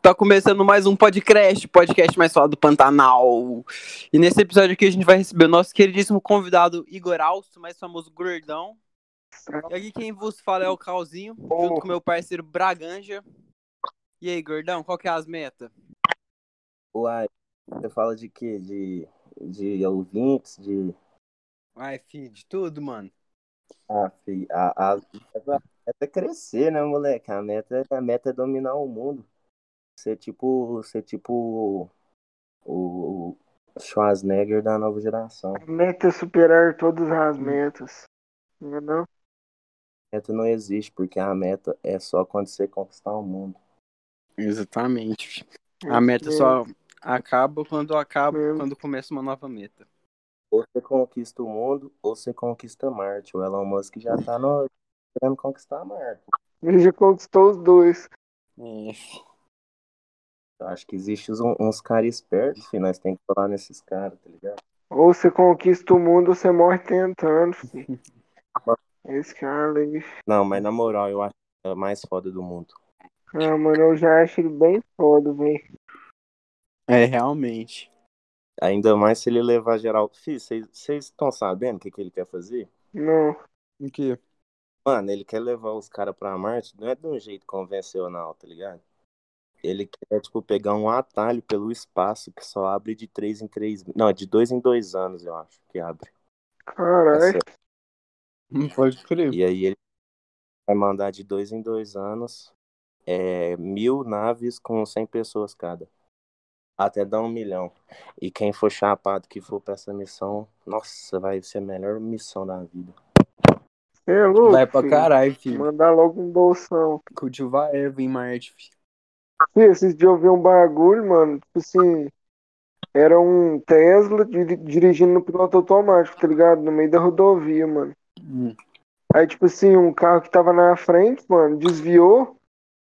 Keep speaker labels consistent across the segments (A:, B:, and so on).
A: Tá começando mais um podcast, podcast mais falado do Pantanal. E nesse episódio aqui a gente vai receber o nosso queridíssimo convidado Igor Alço, mais famoso Gordão. E aqui quem vos fala é o Calzinho, junto com meu parceiro Braganja. E aí, Gordão, qual que é as metas?
B: Uai, você fala de quê? De, de ouvintes, de.
A: Ai, filho, de tudo, mano.
B: Ah, fi, a, a, a meta é crescer, né, moleque? A meta, a meta é dominar o mundo. Ser tipo. Ser tipo. O, o Schwarzenegger da nova geração.
C: A meta é superar todas as
A: Hum.
C: metas. Não é não?
B: A meta não existe, porque a meta é só quando você conquistar o mundo.
A: Exatamente. A meta só acaba quando acaba,
C: Mesmo.
A: quando começa uma nova meta.
B: Ou você conquista o mundo, ou você conquista Marte. O Elon Musk já tá no... querendo conquistar Marte.
C: Ele já conquistou os dois.
A: É,
B: Eu acho que existe uns, uns caras espertos, filho. Nós temos que falar nesses caras, tá ligado?
C: Ou você conquista o mundo ou você morre tentando, filho. Esse cara aí.
B: Não, mas na moral, eu acho que é o mais foda do mundo.
C: Ah, mano, eu já acho ele bem foda, velho.
A: É, realmente.
B: Ainda mais se ele levar geral. Fih, vocês estão sabendo o que, que ele quer fazer?
C: Não.
A: O quê?
B: Mano, ele quer levar os caras pra Marte, não é de um jeito convencional, tá ligado? Ele quer, tipo, pegar um atalho pelo espaço que só abre de três em três. Não, de dois em dois anos, eu acho que abre.
C: Caralho.
A: Não pode
C: Tipo
A: crer.
B: E aí ele vai mandar de dois em dois anos é, mil naves com 100 pessoas cada. Até dar um milhão. E quem for chapado que for pra essa missão, nossa, vai ser a melhor missão da vida.
C: Você é louco?
A: Vai pra
C: filho?
A: caralho, filho.
C: Mandar logo um bolsão.
A: Cultivar erva em é Marte, filho.
C: Filho, esses dias eu vi um bagulho, mano. Tipo assim. Era um Tesla di- dirigindo no piloto automático, tá ligado? No meio da rodovia, mano.
A: Hum,
C: Aí, tipo assim, um carro que tava na frente, mano, desviou.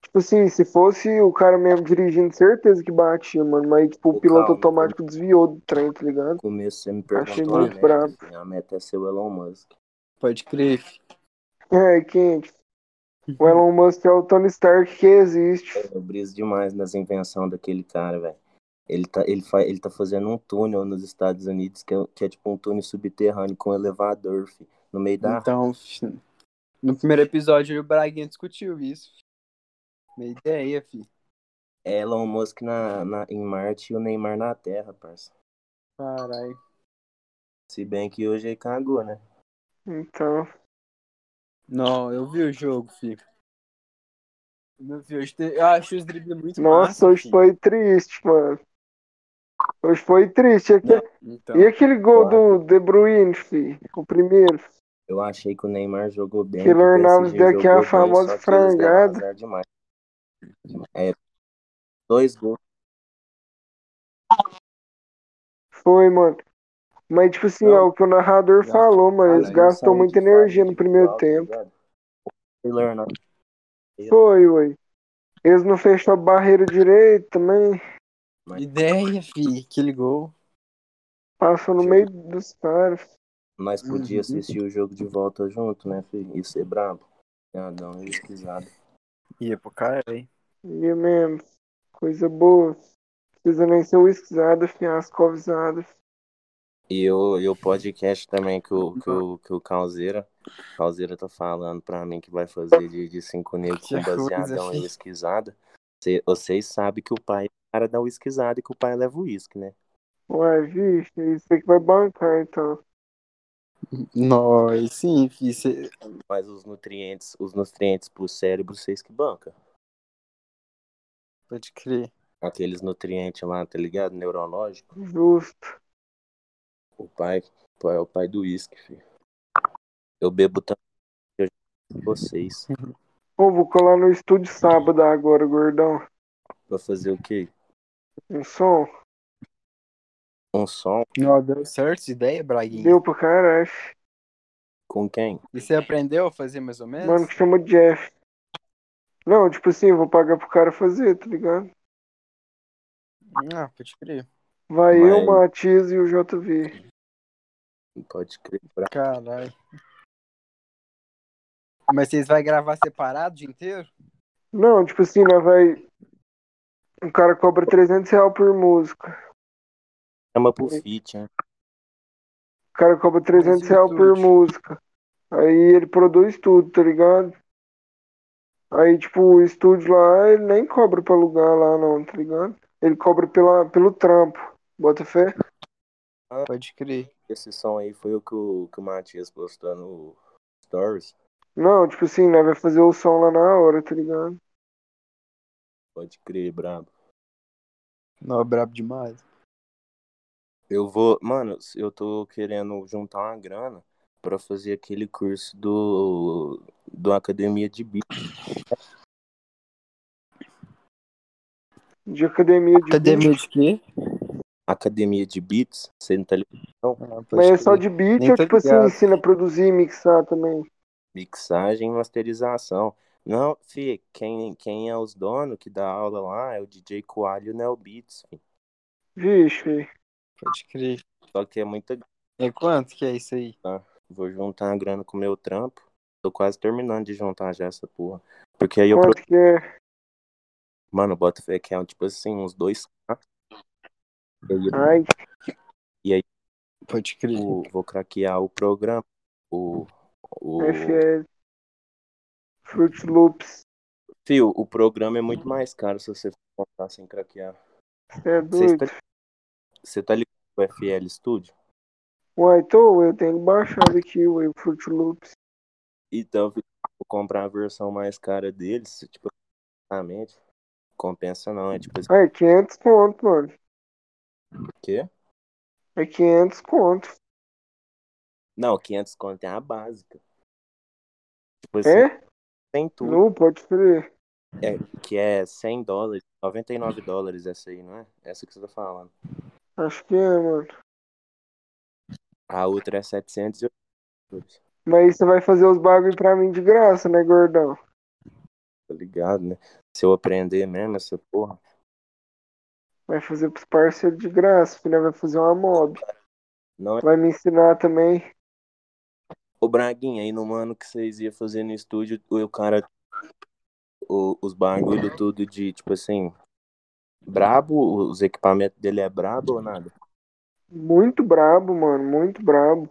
C: Tipo assim, se fosse o cara mesmo dirigindo, certeza que batia, mano. Mas, tipo, o
B: Ô,
C: piloto
B: Calma.
C: automático desviou do trem, tá ligado?
B: No começo você me
C: Achei
B: perguntou a
C: muito
B: meta.
C: brabo.
B: assim, A meta é ser o Elon Musk.
A: Pode crer, filho.
C: É, quente. O Elon Musk é o Tony Stark que existe.
B: Eu briso demais nas invenções daquele cara, velho. Ele tá, ele, fa, ele tá fazendo um túnel nos Estados Unidos, que é, que é tipo um túnel subterrâneo com elevador, fi, no meio da
A: Então, fi, no primeiro episódio o Braguinha discutiu isso. fi. Minha ideia, filho.
B: Elon Musk na, na, em Marte e o Neymar na Terra, parça.
A: Caralho.
B: Se bem que hoje ele cagou, né?
C: Então,
A: Não, eu vi o jogo, filho. Não vi, hoje te- eu acho os dribles muito
C: nossa,
A: massa,
C: hoje
A: fi.
C: foi triste, mano. Hoje foi triste. E aquele,
A: Então,
C: e aquele gol
B: claro.
C: do De Bruyne, filho? O primeiro.
B: Eu achei que o Neymar jogou bem.
C: Keylor
B: que o PSG
C: Navas deu
B: jogou
C: aquela
B: bem,
C: famosa
B: só que eles deram
C: frangada.
B: azar demais. É, dois gols.
C: Foi, mano. Mas, tipo assim,
B: Não.
C: é o que o narrador
A: Já.
C: falou, mano. Eles
B: Caralho,
C: gastam
B: saiu
C: muita
B: de falta,
C: energia no
B: de
C: primeiro
B: falta,
C: tempo.
B: tá ligado? Keylor Navas.
C: Foi, ué. Eles não fecham a barreira direito também.
A: ideia, filho. Aquele gol.
C: Passam no
B: Sim.
C: meio dos caras.
B: Nós
A: Uhum.
B: podíamos assistir o jogo de volta junto, né, filho? Ia ser brabo. Ah, não, ia esquisado.
A: Ia pro caralho.
C: E é mesmo. Coisa boa. Precisa nem ser whiskyzada, fiascovizada.
B: E o, e o podcast também que o, que o, que o Calzeira, Calzeira tá falando pra mim que vai fazer de, de cinco negros
A: Que
B: com
A: coisa,
B: baseadão e
A: filho.
B: esquisada. Vocês sabem que o pai é o cara da esquisada e que o pai leva o uísque, né?
C: Ué, vixe, aí você que vai bancar, então.
A: Nós, sim, filho. cê-
B: Mas os nutrientes, os nutrientes pro cérebro, vocês que banca.
A: Pode crer.
B: Aqueles nutrientes lá, tá ligado? Neurológico.
C: Justo.
B: O pai, o pai é o pai do uísque, filho. Eu bebo tanto que eu já vocês.
C: Pô, vou colar no estúdio sábado agora, gordão.
B: Pra fazer o quê?
C: Um som.
B: Um som?
A: Não, deu certo essa ideia, Braguinha?
C: Deu pra caralho.
B: Com quem?
A: E você aprendeu a fazer mais ou menos?
C: Mano que chama Jeff. Não, tipo assim, eu vou pagar pro cara fazer, tá ligado?
A: Ah, pode crer.
C: Vai
B: Mas-
C: eu, o Matias e o JV.
B: Pode crer. Pra...
A: Caralho. Mas vocês vão gravar separado o dia inteiro?
C: Não, tipo assim, nós vai. né, Um cara cobra 300 reais por música.
B: Chama pro feat, né?
C: O cara cobra 300 reais por música. Aí ele produz tudo, tá ligado? Aí, tipo, o estúdio lá, ele nem cobra pra alugar lá, não, tá ligado? Ele cobra pela, pelo trampo. Bota fé?
A: Pode crer.
B: Esse som aí foi o que o, que o Matias postou no Stories.
C: Não, tipo assim, né? Vai fazer o som lá na hora, tá ligado?
B: Pode crer, brabo.
A: Não, é brabo demais.
B: Eu vou. Mano, eu tô querendo juntar uma grana pra fazer aquele curso do. do Academia de Beat.
C: De academia de
A: Academia
C: beat.
A: Tá de quê?
B: Academia de Beats, você não tá ligado? Não.
A: Ah,
C: Mas é só de beat
A: Nem
C: ou
A: tô
C: tipo assim,
A: ligado.
C: ensina a produzir e mixar também?
B: Mixagem e masterização. Não, fi, quem, quem é os donos que dá aula lá é o DJ Coalho Neo Beats, fi.
C: Vixe,
A: Pode crer.
B: Só que é muita
A: É quanto que é isso aí?
B: Vou juntar a grana com o meu trampo. Tô quase terminando de juntar já essa porra. Porque aí eu. pro-
C: quanto que é?
B: Mano, bota fé que é tipo assim, uns dois. K. E aí eu
C: Ai,
A: Pode crer.
B: vou- vou craquear o programa. O. O,
C: É FL. Fruit Loops.
B: Fio, o programa é muito mais caro se você for comprar sem craquear.
C: Cê é
B: Você
C: doido?
B: está... Você tá ligado com o FL Studio?
C: Uai, tô, então, eu tenho baixado aqui ué, o Fruit Loops.
B: Então, fi, vou comprar a versão mais cara deles. Tipo, exatamente. Compensa não, é tipo assim,
C: Ah, é 500 conto, mano.
B: o quê?
C: É 500 conto.
B: Não, 500 conto é a básica. Tipo assim,
C: É?
B: tem tudo.
C: Nu, pode crer.
B: É, que é 100 dólares, 99 dólares essa aí, não é? Essa que você tá falando.
C: Acho que é, mano.
B: A outra é 700 dólares,
C: Mas você vai fazer os bagulho pra mim de graça, né, gordão?
B: tá ligado, né? Se eu aprender mesmo essa porra,
C: Vai fazer pros parceiros de graça, filho. Vai fazer uma mob.
B: não é...
C: Vai me ensinar também.
B: Ô, Braguinha, aí no ano que vocês iam fazer no estúdio, o cara... o- os bagulho tudo de, tipo assim... Brabo? Os equipamentos dele é brabo ou nada?
C: Muito brabo, mano. Muito brabo.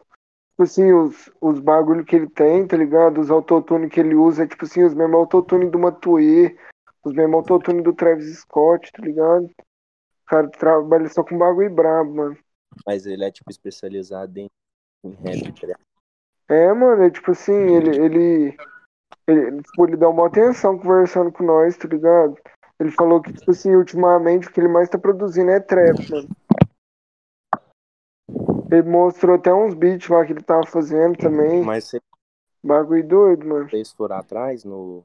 C: Tipo assim, os, os bagulho que ele tem, tá ligado? Os autotune que ele usa, é tipo assim, os mesmos autotune do Matuê, os mesmos autotune do Travis Scott, tá ligado? O cara trabalha só com bagulho brabo, mano.
B: Mas ele é, tipo, especializado em, em rap. tá ligado?
C: É, mano, é tipo assim, ele, ele, ele, tipo, ele dá uma atenção conversando com nós, tá ligado? Ele falou que, tipo assim, ultimamente o que ele mais tá produzindo é trap, mano. Ele mostrou até uns beats lá que ele tava fazendo também.
B: Mas se
C: Bagulho doido, mano.
B: vocês foram atrás no...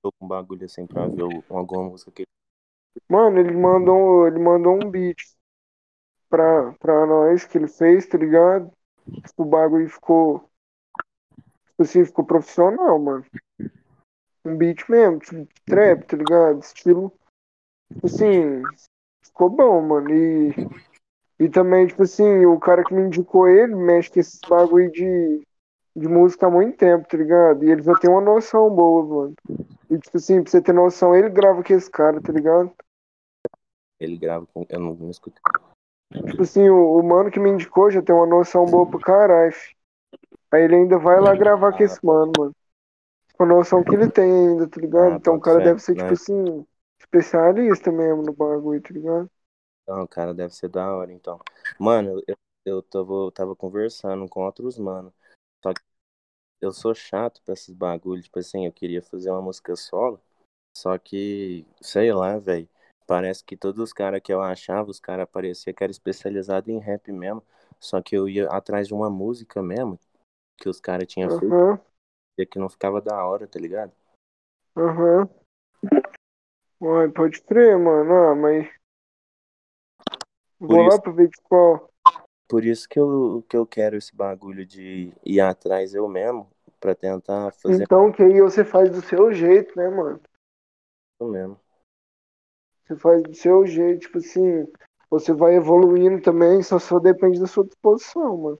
B: Tô com bagulho assim pra ver o- alguma música que
C: Mano, ele mandou, ele mandou um beat pra, pra nós que ele fez, tá ligado? Tipo, o bagulho ficou. Tipo assim, ficou profissional, mano. Um beat mesmo, tipo, de trap, tá ligado? Estilo. Tipo assim, ficou bom, mano. E, e também, tipo assim, o cara que me indicou ele mexe com esses bagulho de, de música há muito tempo, tá ligado? E ele já tem uma noção boa, mano. E, tipo assim, pra você ter noção, ele grava com esse cara, tá ligado?
B: ele grava com... Eu não, não escutei.
C: Tipo assim, o, o mano que me indicou já tem uma noção boa pro caralho. fi. Aí ele ainda vai lá gravar com esse mano, mano. Com a noção que ele tem ainda, tá ligado?
B: Ah,
C: então o
B: bota
C: cara
B: fé,
C: deve ser,
B: né?
C: tipo assim, especialista mesmo no bagulho, tá ligado?
B: Não, Então, cara, deve ser da hora, então. Mano, eu, eu tava, eu tava conversando com outros, mano. Só que eu sou chato pra esses bagulhos. Tipo assim, eu queria fazer uma música solo. Só que, sei lá, velho. Parece que todos os caras que eu achava, os caras parecia que era especializado em rap mesmo. Só que eu ia atrás de uma música mesmo. Que os caras tinham feito
C: Aham,
B: e que não ficava da hora, tá ligado?
C: aham. Uai, pode crer, mano. Ah, mas. Vou
B: Por
C: lá
B: isso-
C: pra ver de qual.
B: Por isso que eu, que eu quero esse bagulho de ir atrás eu mesmo. Pra tentar fazer
C: Então, que aí você faz do seu jeito, né, mano?
B: isso mesmo.
C: Você faz do seu jeito, tipo assim. Você vai evoluindo também, só só depende da sua disposição, mano.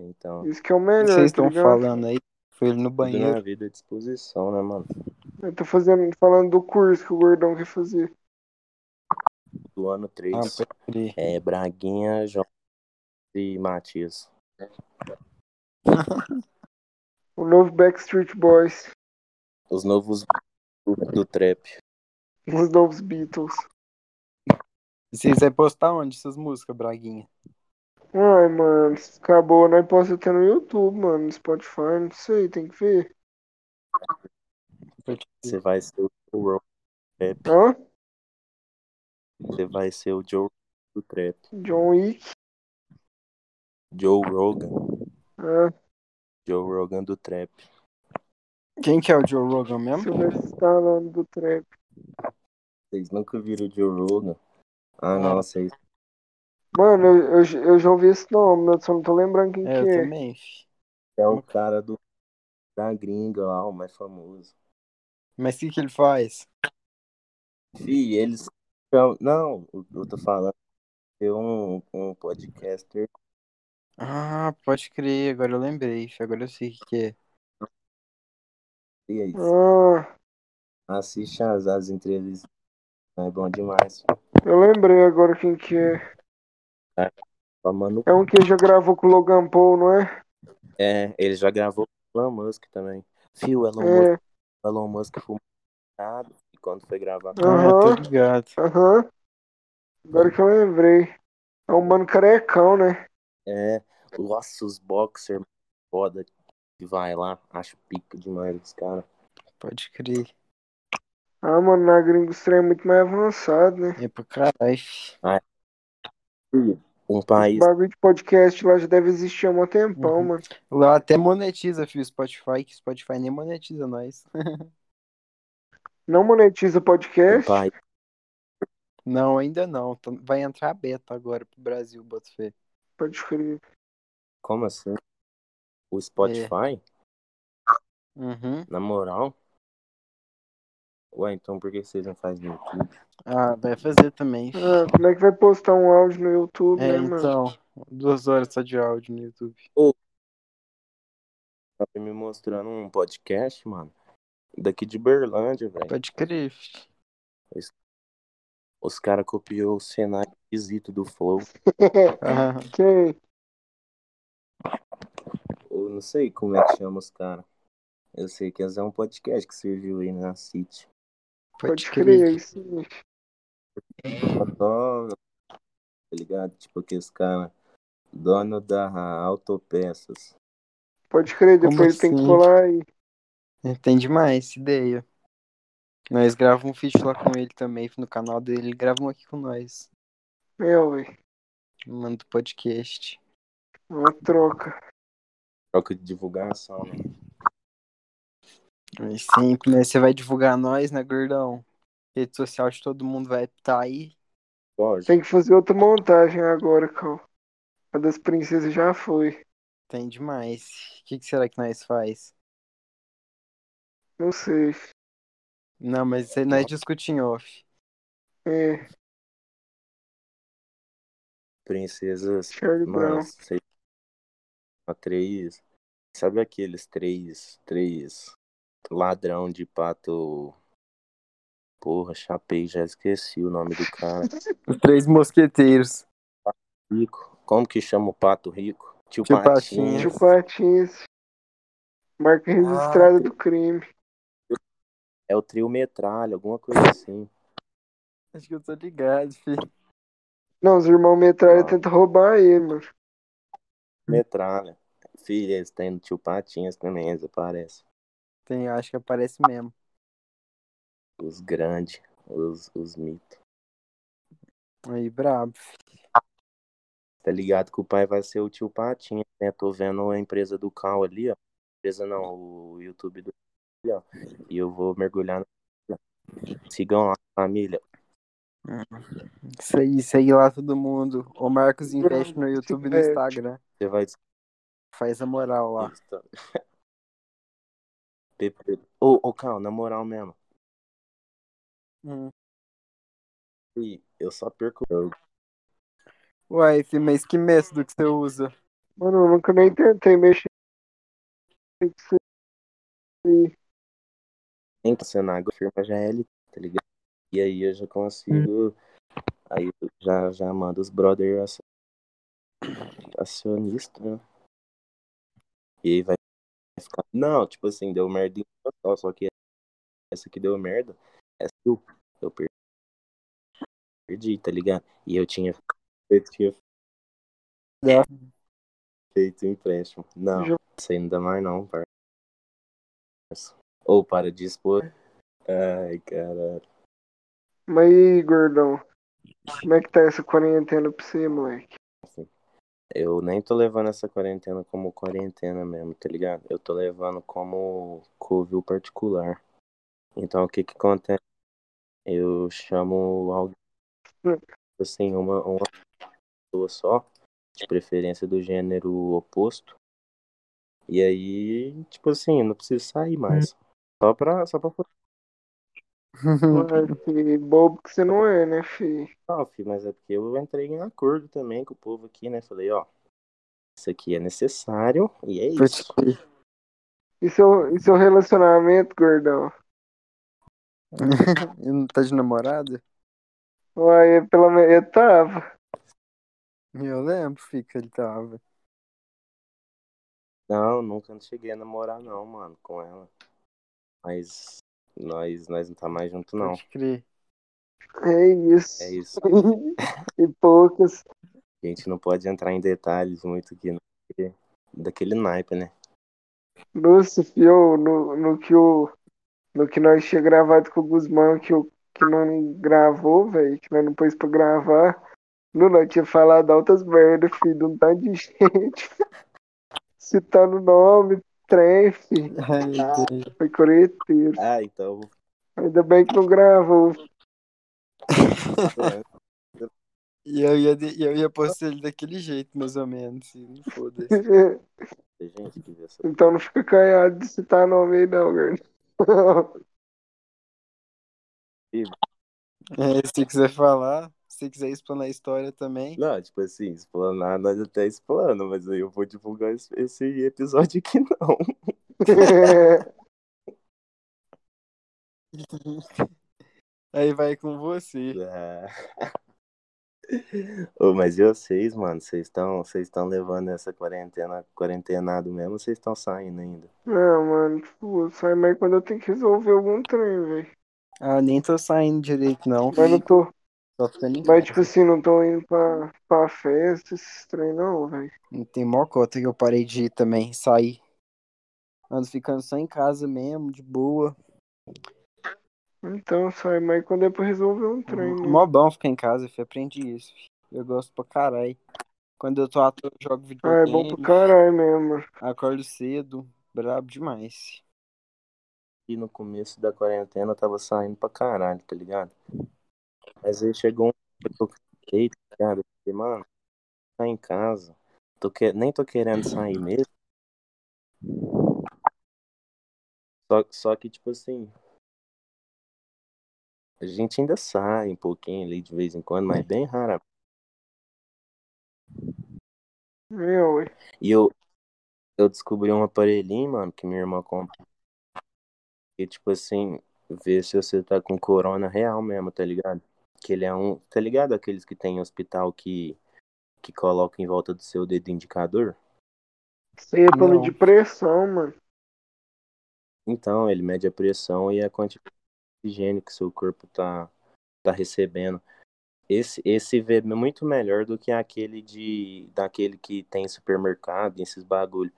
B: Então.
C: Isso que é o melhor,
A: Vocês
C: tá
A: estão
C: ligado?
A: falando aí? Foi ele no
B: Tudo
A: banheiro.
B: na vida é disposição, né, mano?
C: Eu tô fazendo, falando do curso que o gordão quer fazer.
B: do ano 3.
A: Ah, peraí.
B: É Braguinha, João e Matias.
C: O novo Backstreet Boys.
B: Os novos do, do trap.
C: Os novos Beatles.
A: Vocês vão postar onde essas músicas, Braguinha?
C: Ai, mano, acabou. Nós posso ter no YouTube, mano, no Spotify, não sei, tem que ver.
B: Você vai ser o Joe Rogan do trap.
C: Hã?
B: Você vai ser o Joe Rogan do trap.
C: John Wick?
B: Joe Rogan.
C: Hã?
B: Joe Rogan do trap.
A: Quem que é o Joe Rogan mesmo?
C: Silvestre Stallone tá do trap.
B: Vocês nunca viram o Joe Rogan? Ah, não, vocês.
C: Mano, eu, eu, eu já ouvi esse nome, mas eu só não tô lembrando quem
A: É, eu
C: que é.
A: também. fi.
B: É o cara do, da gringa lá, o mais famoso.
A: Mas o que, que ele faz?
B: Fih, eles. Não, não, eu eu tô falando. Tem um, um podcaster.
A: Ah, pode crer, agora eu lembrei, fi, agora eu sei o que, que é.
B: E é aí,
C: Ah,
B: assiste as, as entrevistas. É bom demais.
C: eu lembrei agora quem que é.
B: Tomando.
C: É um que já gravou com o Logan Paul, não é?
B: É, ele já gravou com o Elon Musk também. Fio, Elon, Musk,
C: É.
B: Elon Musk fumou nada. E quando foi gravar.
A: Ah, eu
C: Aham,
A: tô ligado.
C: aham. Agora que eu lembrei. É um mano carecão, né?
B: É, nossa, os boxer foda que vai lá. Acho pica demais os caras.
A: Pode crer.
C: Ah, mano, na gringa o trem é muito mais avançado, né?
A: É pra caralho. fi.
B: Um
C: O
B: país
C: bagulho de podcast lá já deve existir há um tempão,
A: Uhum.
C: mano.
A: Lá até monetiza, filho, o Spotify, que o Spotify nem monetiza nós.
C: Não monetiza
B: um
C: podcast?
B: país
A: Não, ainda não. Tá- Vai entrar beta agora pro Brasil, Botafé.
C: Pode crer.
B: Como assim? O Spotify?
A: Uhum.
B: Na moral? Ué, então por que vocês não fazem no YouTube?
A: Ah, vai fazer também. fi.
C: Ah, como é que vai postar um áudio no YouTube,
A: É,
C: né, mano?
A: então, duas horas só de áudio no YouTube.
B: Tá me mostrando um podcast, mano. Daqui de Berlândia, velho.
A: Pode crer. fi.
B: Os caras copiou o cenário esquisito do Flow.
A: Ah,
C: Quem?
B: Eu não sei como é que chama os caras. Eu sei que esse é um podcast que surgiu aí na City.
A: pode
C: Pode
A: crer.
C: crer, é isso. mesmo.
B: Dono, tá ligado? Tipo aqueles caras. Dono da Autopeças.
C: Pode crer,
A: Como
C: depois tem que
A: assim?
C: colar e
A: Entende mais É, essa ideia. Nós gravamos um feat lá com ele também, no canal dele. Ele grava um aqui com nós.
C: É, ué.
A: Manda o podcast.
C: Uma troca.
B: Troca de divulgação, né?
A: Mas sempre, né? Você vai divulgar nós, né, gordão? Rede social de todo mundo vai estar aí.
B: Lógico.
C: Tem que fazer outra montagem agora, Cal. A das princesas já foi.
A: Tem demais. O que, que será que nós faz?
C: Não sei.
A: Não, mas isso aí nós discutimos em off.
C: É,
B: Princesas
C: Charlie
B: Mano,
C: Brown.
B: sei. lá, Três. Sabe aqueles três. Três. Ladrão de pato. Porra, chapei, já esqueci o nome do cara.
A: Os três mosqueteiros.
B: Rico. Como que chama o pato rico? Tio,
A: Tio
B: Patinhas.
A: Patinhas.
C: Chupatins.
B: Ah,
C: Marca registrada do crime.
B: É o trio metralha, alguma coisa assim.
A: Acho que eu tô ligado, filho.
C: Não, os irmãos metralha
B: Ah.
C: tentam roubar ele, mano.
B: Metralha. Filha, eles têm no tio Patinhas também, eles aparecem.
A: Tem, acho que aparece mesmo.
B: Os grandes, os, os mitos.
A: Aí, brabo.
B: Tá ligado que o pai vai ser o tio Patinhas, né? Tô vendo a empresa do Cal ali, ó. Empresa não, o YouTube do ali, ó. E eu vou mergulhar na. Sigam lá, família.
A: Isso aí, segue lá todo mundo. O Marcos investe no
C: Grande
A: YouTube e no
C: Investe.
A: Instagram.
B: Você vai
A: Faz a moral lá.
B: Insta. Pepe. Ô, ô, Cal, na moral mesmo.
A: Hum.
B: Ih, Eu só perco. Eu
A: Uai, filho, mas que método que você usa?
C: Mano, eu nunca nem tentei mexer. com isso aí.
B: tá tenho que assinar a firma já é LT, tá ligado? E aí eu já consigo Aí já, já manda os brother aci- acionista, né? E aí vai ficar. Não, tipo assim, deu merda em total, só que essa que deu merda, essa eu, eu per- perdi, tá ligado? E eu tinha, eu tinha
A: É.
B: feito um empréstimo. Não,
C: Ju-
B: isso ainda mais não, parça. Ou para de expor. Ai, cara.
C: Mas e aí, gordão? Como é que tá essa quarentena pra você, moleque?
B: Eu nem tô levando essa quarentena como quarentena mesmo, tá ligado? Eu tô levando como covil particular. Então o que que acontece? Eu chamo alguém, assim, uma, uma pessoa só, de preferência do gênero oposto. E aí, tipo assim, não preciso sair mais. Só pra, só pra Hum.
C: Moleque, bobo que você não é, né, filho?
B: Não, filho, mas é porque eu entrei em acordo também com o povo aqui, né? Falei, ó, isso aqui é necessário e é isso.
C: E seu, e seu relacionamento, gordão?
A: E não tá de namorada?
C: Uai, é pelo menos eu tava.
A: Eu lembro, fica, ele tava.
B: Não, nunca cheguei a namorar, não, mano, com ela. Mas nós, nós não tá mais junto, não.
A: Pode crer.
C: É isso.
B: É isso.
C: e poucas.
B: A gente não pode entrar em detalhes muito aqui, não, porque- daquele naipe, né?
C: Nossa, fio, no, no que o. No que nós tinha gravado com o Guzmão, que, o, que não gravou, velho, que nós não pôs pra gravar. Não, nós tinha falado altas merdas, filho, de um tanto de gente. Citando nome, trem, filho. Foi coreteiro.
B: Ah, então.
C: Ainda bem que não gravou.
A: E eu ia, de- eu ia postar ele daquele jeito, mais ou menos. e não Foda-se.
B: Tem gente que vê essa.
C: Então não fica canhado de citar nome aí, não, Gordon.
A: É, se quiser falar, se quiser explanar a história também.
B: Não, tipo assim, explanar, nós até explanamos, mas aí eu vou divulgar esse- esse episódio aqui, não.
A: Aí vai com você.
B: Ah. Ô, mas e vocês, mano? Vocês estão vocês estão levando essa quarentena quarentenado mesmo? ou Vocês estão saindo ainda?
C: Não, mano, tipo, sai mais quando eu tenho que resolver algum trem, velho.
A: Ah, nem tô saindo direito, não.
C: Mas não
A: filho.
C: tô.
A: Só ficando em
C: Mas,
A: casa.
C: tipo assim, não tô indo pra, pra festa, esses trem, não, velho.
A: Tem mó cota que eu parei de ir também, sair. Ando ficando só em casa mesmo, de boa.
C: Então sai mais quando é pra resolver um trem, né?
A: Uhum. Mó bom ficar em casa, filho. Aprendi isso. filho. Eu gosto pra caralho. Quando eu tô à toa, eu jogo
C: Ah, é
A: videogame.
C: bom pro caralho mesmo, mano.
A: Acordo cedo. Brabo demais.
B: E no começo da quarentena eu tava saindo pra caralho, tá ligado? Mas aí chegou um dia que eu fiquei, tá ligado? Eu falei, mano, tá em casa. Tô que... Nem tô querendo sair mesmo. Só, só que, tipo assim. A gente ainda sai um pouquinho ali de vez em quando, mas bem raro.
C: Meu, ué.
B: E eu, eu descobri um aparelhinho, mano, que minha irmã comprou. E tipo assim, ver se você tá com corona real mesmo, tá ligado? Que ele é um. Tá ligado aqueles que tem em hospital que, que coloca em volta do seu dedo indicador?
C: Isso aí é pra
A: Não.
C: medir pressão, mano.
B: Então, ele mede a pressão e a quantidade de oxigênio que seu corpo tá, tá recebendo. Esse, esse vê muito melhor do que aquele de. daquele que tem em supermercado, esses bagulho.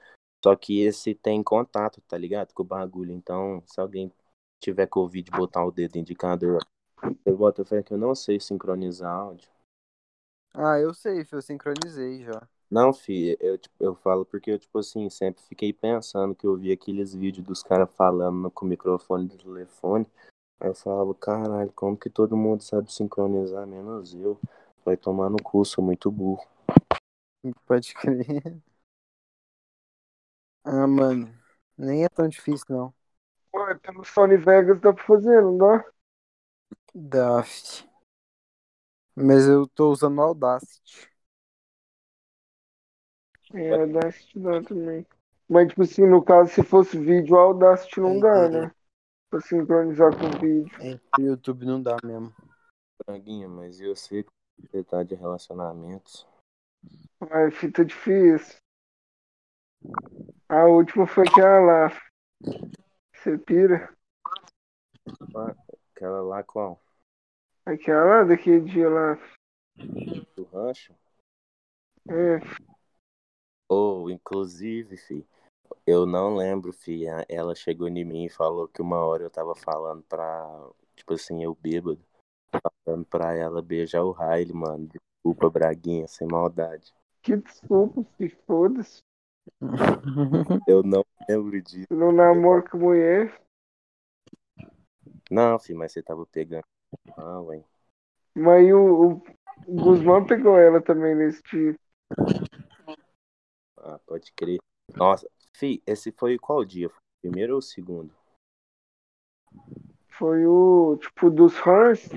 B: Só que esse tem contato, tá ligado? Com o bagulho. Então, se alguém tiver Covid, botar o dedo indicador Eu boto fé que eu não sei sincronizar áudio.
A: Ah, eu sei, filho. Eu sincronizei já.
B: Não, fi, eu, tipo, eu falo porque eu, tipo assim, sempre fiquei pensando que eu vi aqueles vídeos dos caras falando no- com o microfone do telefone. Aí eu falava, caralho, como que todo mundo sabe sincronizar, menos eu? Vai tomar no cu, sou muito burro.
A: Pode crer. Ah, mano. Nem é tão difícil, não.
C: Ué, é pelo Sony Vegas dá pra fazer, não dá?
A: Daft. Mas eu tô usando o Audacity.
C: É, Audacity dá também. Mas, tipo assim, no caso, se fosse vídeo, a Audacity não dá, né? Pra sincronizar com o vídeo.
A: É, o YouTube não dá mesmo.
B: Braguinha, mas eu sei Cuidar de relacionamentos.
C: Ai, Ah, é fita difícil. A última foi aquela lá. Você pira?
B: Aquela lá qual?
C: Aquela daquele dia lá.
B: Do rancho?
C: É.
B: Ou, inclusive, fi, eu não lembro, fi. a- Ela chegou em mim e falou que uma hora eu tava falando pra. Tipo assim, eu bêbado. Falando pra ela beijar o Riley, mano. Desculpa, Braguinha, sem maldade.
C: Que desculpa, se foda-se.
B: Eu não lembro disso.
C: Não namoro com mulher.
B: Não, fi, mas você tava pegando. Não, hein?
C: Mas e o, o Guzmão pegou ela também nesse dia.
B: Ah, pode crer. Nossa, fi, esse foi qual dia? Foi o Primeiro ou o segundo?
C: Foi o, tipo, dos ranchos.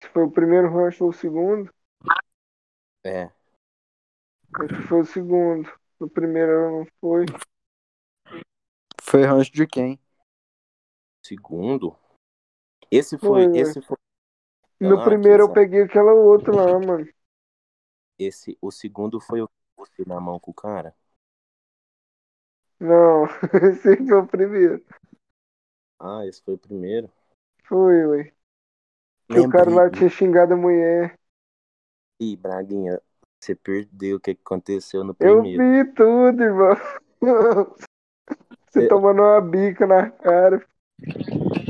C: Se foi o primeiro rancho ou o segundo.
B: É.
C: Acho que foi o segundo. No primeiro ela não foi.
A: Foi rancho de quem?
B: Segundo? Esse foi.
C: Foi, é.
B: esse foi.
C: No
B: Ah,
C: primeiro eu
B: que
C: peguei aquela outra lá, mano.
B: Esse, o segundo foi o que você na mão com o cara?
C: Não, esse aí foi o primeiro.
B: Ah, esse foi o primeiro.
C: Foi, ué. Que o cara lá tinha xingado a mulher.
B: Ih, Braguinha, você perdeu o que aconteceu no
C: Eu
B: primeiro.
C: vi tudo, irmão. Você
B: Eu-
C: tomando uma bica na cara.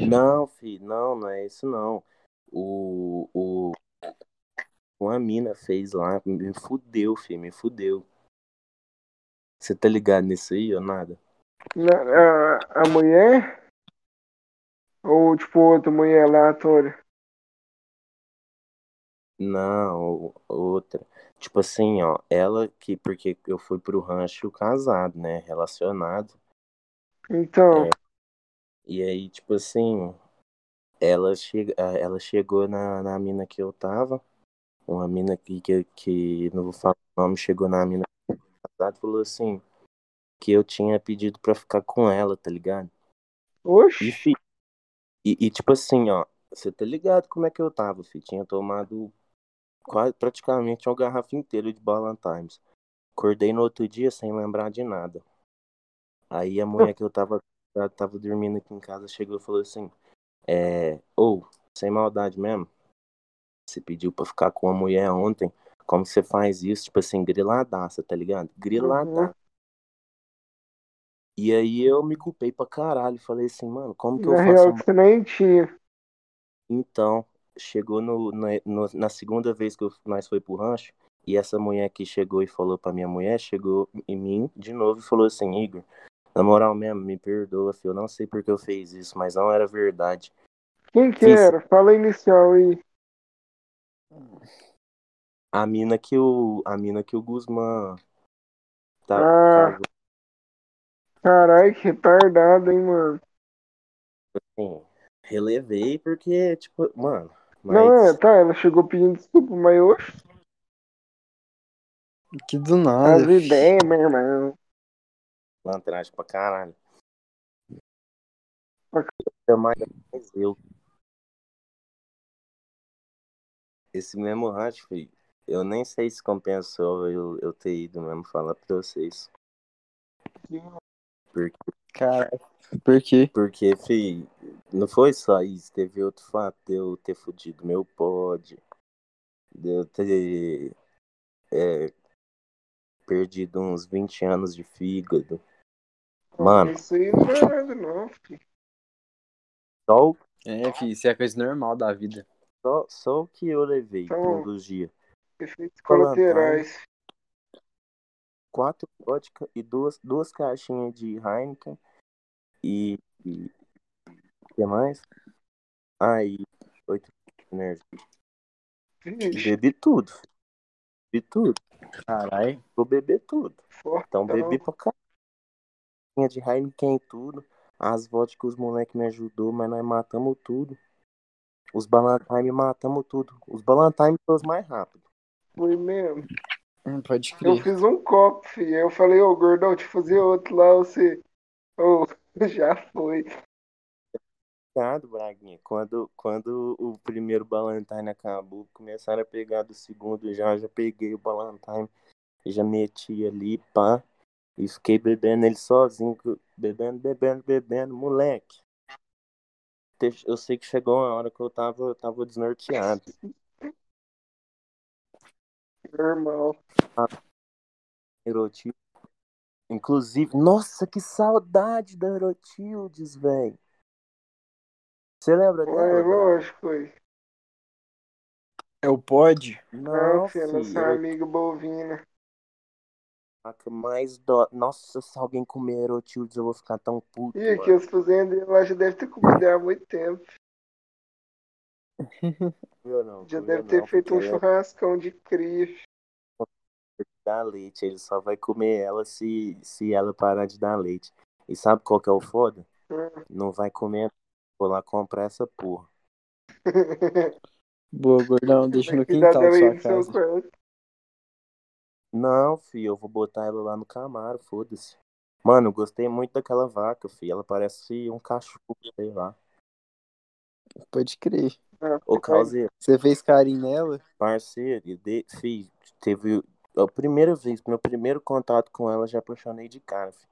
B: Não, filho, não, não é isso não. O, o, uma mina fez lá, me fudeu, filho, me fudeu. Você tá ligado nisso aí ou nada?
C: Na- a, a mulher? Ou, tipo, outra mulher aleatória?
B: Não, o- outra. Tipo assim, ó, ela que, porque eu fui pro rancho casado, né, relacionado.
C: Então,
B: É. E aí, tipo assim, ela, chega, ah, ela chegou na, na mina que eu tava, uma mina que, que, que não vou falar o nome, chegou na mina casada e falou assim, que eu tinha pedido pra ficar com ela, tá ligado? E,
C: oxe,
B: fi, e, e, tipo assim, ó, você tá ligado como é que eu tava, fi? Tinha tomado quase, praticamente uma garrafa inteira de Ballantines. Acordei no outro dia sem lembrar de nada. Aí a mulher que eu tava, eu tava dormindo aqui em casa chegou e falou assim: É, ou, sem maldade mesmo, você pediu pra ficar com a mulher ontem, como você faz isso? Tipo assim, griladaça, tá ligado? Griladaça.
C: Uhum.
B: E aí eu me culpei pra caralho. Falei assim, mano, como que eu
C: na
B: faço
C: real que você nem tinha.
B: Então, chegou no, na, no- na segunda vez que eu- nós foi pro rancho, e essa mulher que chegou e falou pra minha mulher, chegou em mim de novo e falou assim, Igor, na moral mesmo, me perdoa, filho, eu não sei porque eu fiz isso, mas não era verdade.
C: Quem que
B: Fiz.
C: era? Fala a inicial aí.
B: A mina que o, a mina que o Guzmán tá,
C: Ah.
B: casou,
C: Caralho, que retardado, hein, mano.
B: assim, relevei porque, tipo, mano, mas
C: Não, é, tá, ela chegou pedindo desculpa, mas oxe,
A: Que do
C: as
A: nada.
C: ideias, meu irmão.
B: lantragem pra caralho.
C: Pra
B: Ainda mais mais eu. Esse mesmo rancho, filho, eu nem sei se compensou eu, eu ter ido mesmo falar pra vocês.
A: Cara, por quê?
B: Porque, filho, não foi só isso, teve outro fato de eu ter fudido meu pod, de eu ter é, perdido uns 20 anos de fígado. Mano,
C: Isso aí não é nada, não, filho.
B: só, o-
A: É, filho, isso é coisa normal da vida.
B: só, só o que eu levei
C: Então-
B: todos os dias.
C: Efeitos
B: Falando,
C: colaterais.
B: Quatro vodka e duas, duas caixinhas de Heineken e... e o que mais? Aí, oito energia.
C: Vixe,
B: Bebi tudo. Bebi tudo.
A: Caralho.
B: Vou beber tudo.
C: forte.
B: Então
C: Tá
B: bebi
C: bom.
B: pra caralho. de Heineken e tudo. As vodkas que os moleques me ajudou, mas nós matamos tudo. Os Balantine matamos tudo. Os Balantine foram os mais rápidos.
C: Foi mesmo.
A: Hum, Pode
C: Eu
A: crer.
C: fiz um copo, filho. Aí Eu falei, ô, gordão, te fazer outro lá, você. Ô, já foi.
B: Obrigado, Braguinha. Quando, quando o primeiro Balantine acabou, começaram a pegar do segundo já, já peguei o Balantine, já meti ali, pá, e fiquei bebendo ele sozinho, bebendo, bebendo, bebendo, moleque. Eu sei que chegou uma hora que eu tava, eu tava desnorteado.
C: Normal.
B: Erotil. Inclusive, nossa, que saudade da Erotildes, velho. Você lembra
C: Ué, lógico. ué.
A: É o pod?
C: Não,
B: Não,
C: filha,
B: filho,
C: nossa
B: eu-
C: amiga bovina.
B: a que mais dó. Nossa, se alguém comer Erotildes, eu vou ficar tão puto.
C: E aqui
B: mano.
C: os fazendeiros lá já deve ter comido há muito tempo.
B: Eu não,
C: Já
B: eu
C: deve
B: não,
C: ter feito um
B: porque é
C: churrascão de cria.
B: dar leite, ele só vai comer ela se, se ela parar de dar leite. E sabe qual que é o foda?
C: Hum.
B: Não vai comer, vou lá comprar essa porra.
A: Boa, gordão, deixa
C: Vai
A: no
C: cuidar
A: quintal da
C: dela aí
A: sua
C: no
A: casa.
C: seu quarto.
B: Não, filho, eu vou botar ela lá no Camaro, foda-se. Mano, eu gostei muito daquela vaca, filho. Ela parece um cachorro, sei lá.
A: Pode crer.
C: Ah,
B: Ô, Causeiro,
A: Você fez carinho nela?
B: parceiro, e de... filho, teve a primeira vez, meu primeiro contato com ela, já apaixonei de cara, filho.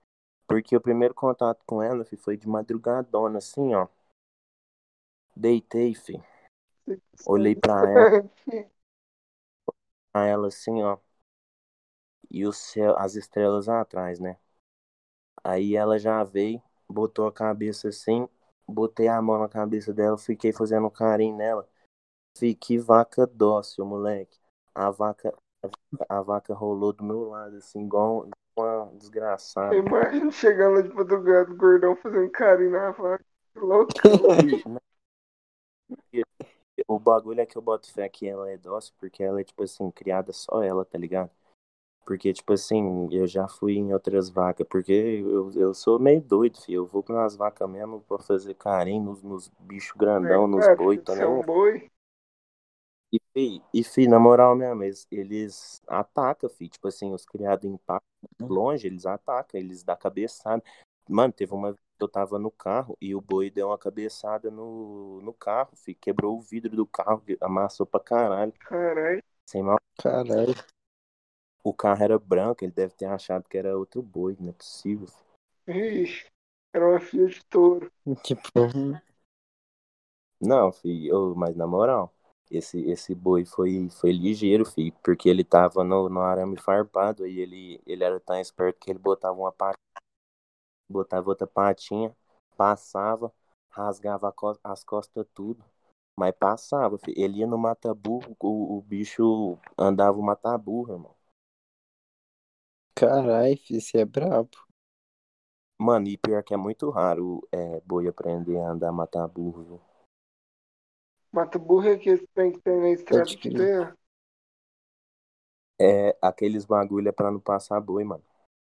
B: Porque o primeiro contato com ela, filho, foi de madrugadona, assim, ó. Deitei, filho. Olhei pra ela. a ela assim, ó. E o céu, as estrelas atrás, né? Aí ela já veio, botou a cabeça assim, botei a mão na cabeça dela, fiquei fazendo um carinho nela. Fiquei vaca dócil, moleque. A vaca, a vaca rolou do meu lado, assim, igual uma desgraçada.
C: Imagina chegando lá de madrugada, o gordão fazendo carinho na vaca. Que Loucão.
B: O bagulho é que eu boto fé que ela é dócil, porque ela é, tipo assim, criada só ela, tá ligado? Porque, tipo assim, eu já fui em outras vacas, porque eu, eu sou meio doido, filho. Eu vou com as vacas mesmo pra fazer carinho nos, nos bichos grandão, nos
C: Ah,
B: boi,
C: filho,
B: tá
C: você é um
B: ligado?
C: boi?
B: E, fi, e, fi, na moral mesmo, eles, eles atacam, fi. Tipo assim, os criados em pá, longe, eles atacam, eles dão cabeçada. Mano, teve uma vez que eu tava no carro e o boi deu uma cabeçada no, no carro, fi. Quebrou o vidro do carro, amassou pra caralho.
C: Caralho.
B: Sem mal.
A: Caralho.
B: O carro era branco, ele deve ter achado que era outro boi, não é possível, fi.
C: Ixi, era uma filha de touro.
A: Que porra.
B: Não, filho, mas na moral, esse, esse boi foi, foi ligeiro, filho, porque ele tava no, no arame farpado aí ele, ele era tão esperto que ele botava uma patinha, botava outra patinha, passava, rasgava a cos- as costas tudo, mas passava, filho. Ele ia no mata-burro, o, o bicho andava o mata-burro, irmão.
A: Caralho, filho, você é brabo.
B: Mano, e pior que é muito raro é, boi aprender a andar mata-burro, viu?
C: Mata burro é que esse trem que tem na estrada
A: Pode
C: de
A: crer.
C: terra.
B: É, aqueles bagulho é pra não passar boi, mano.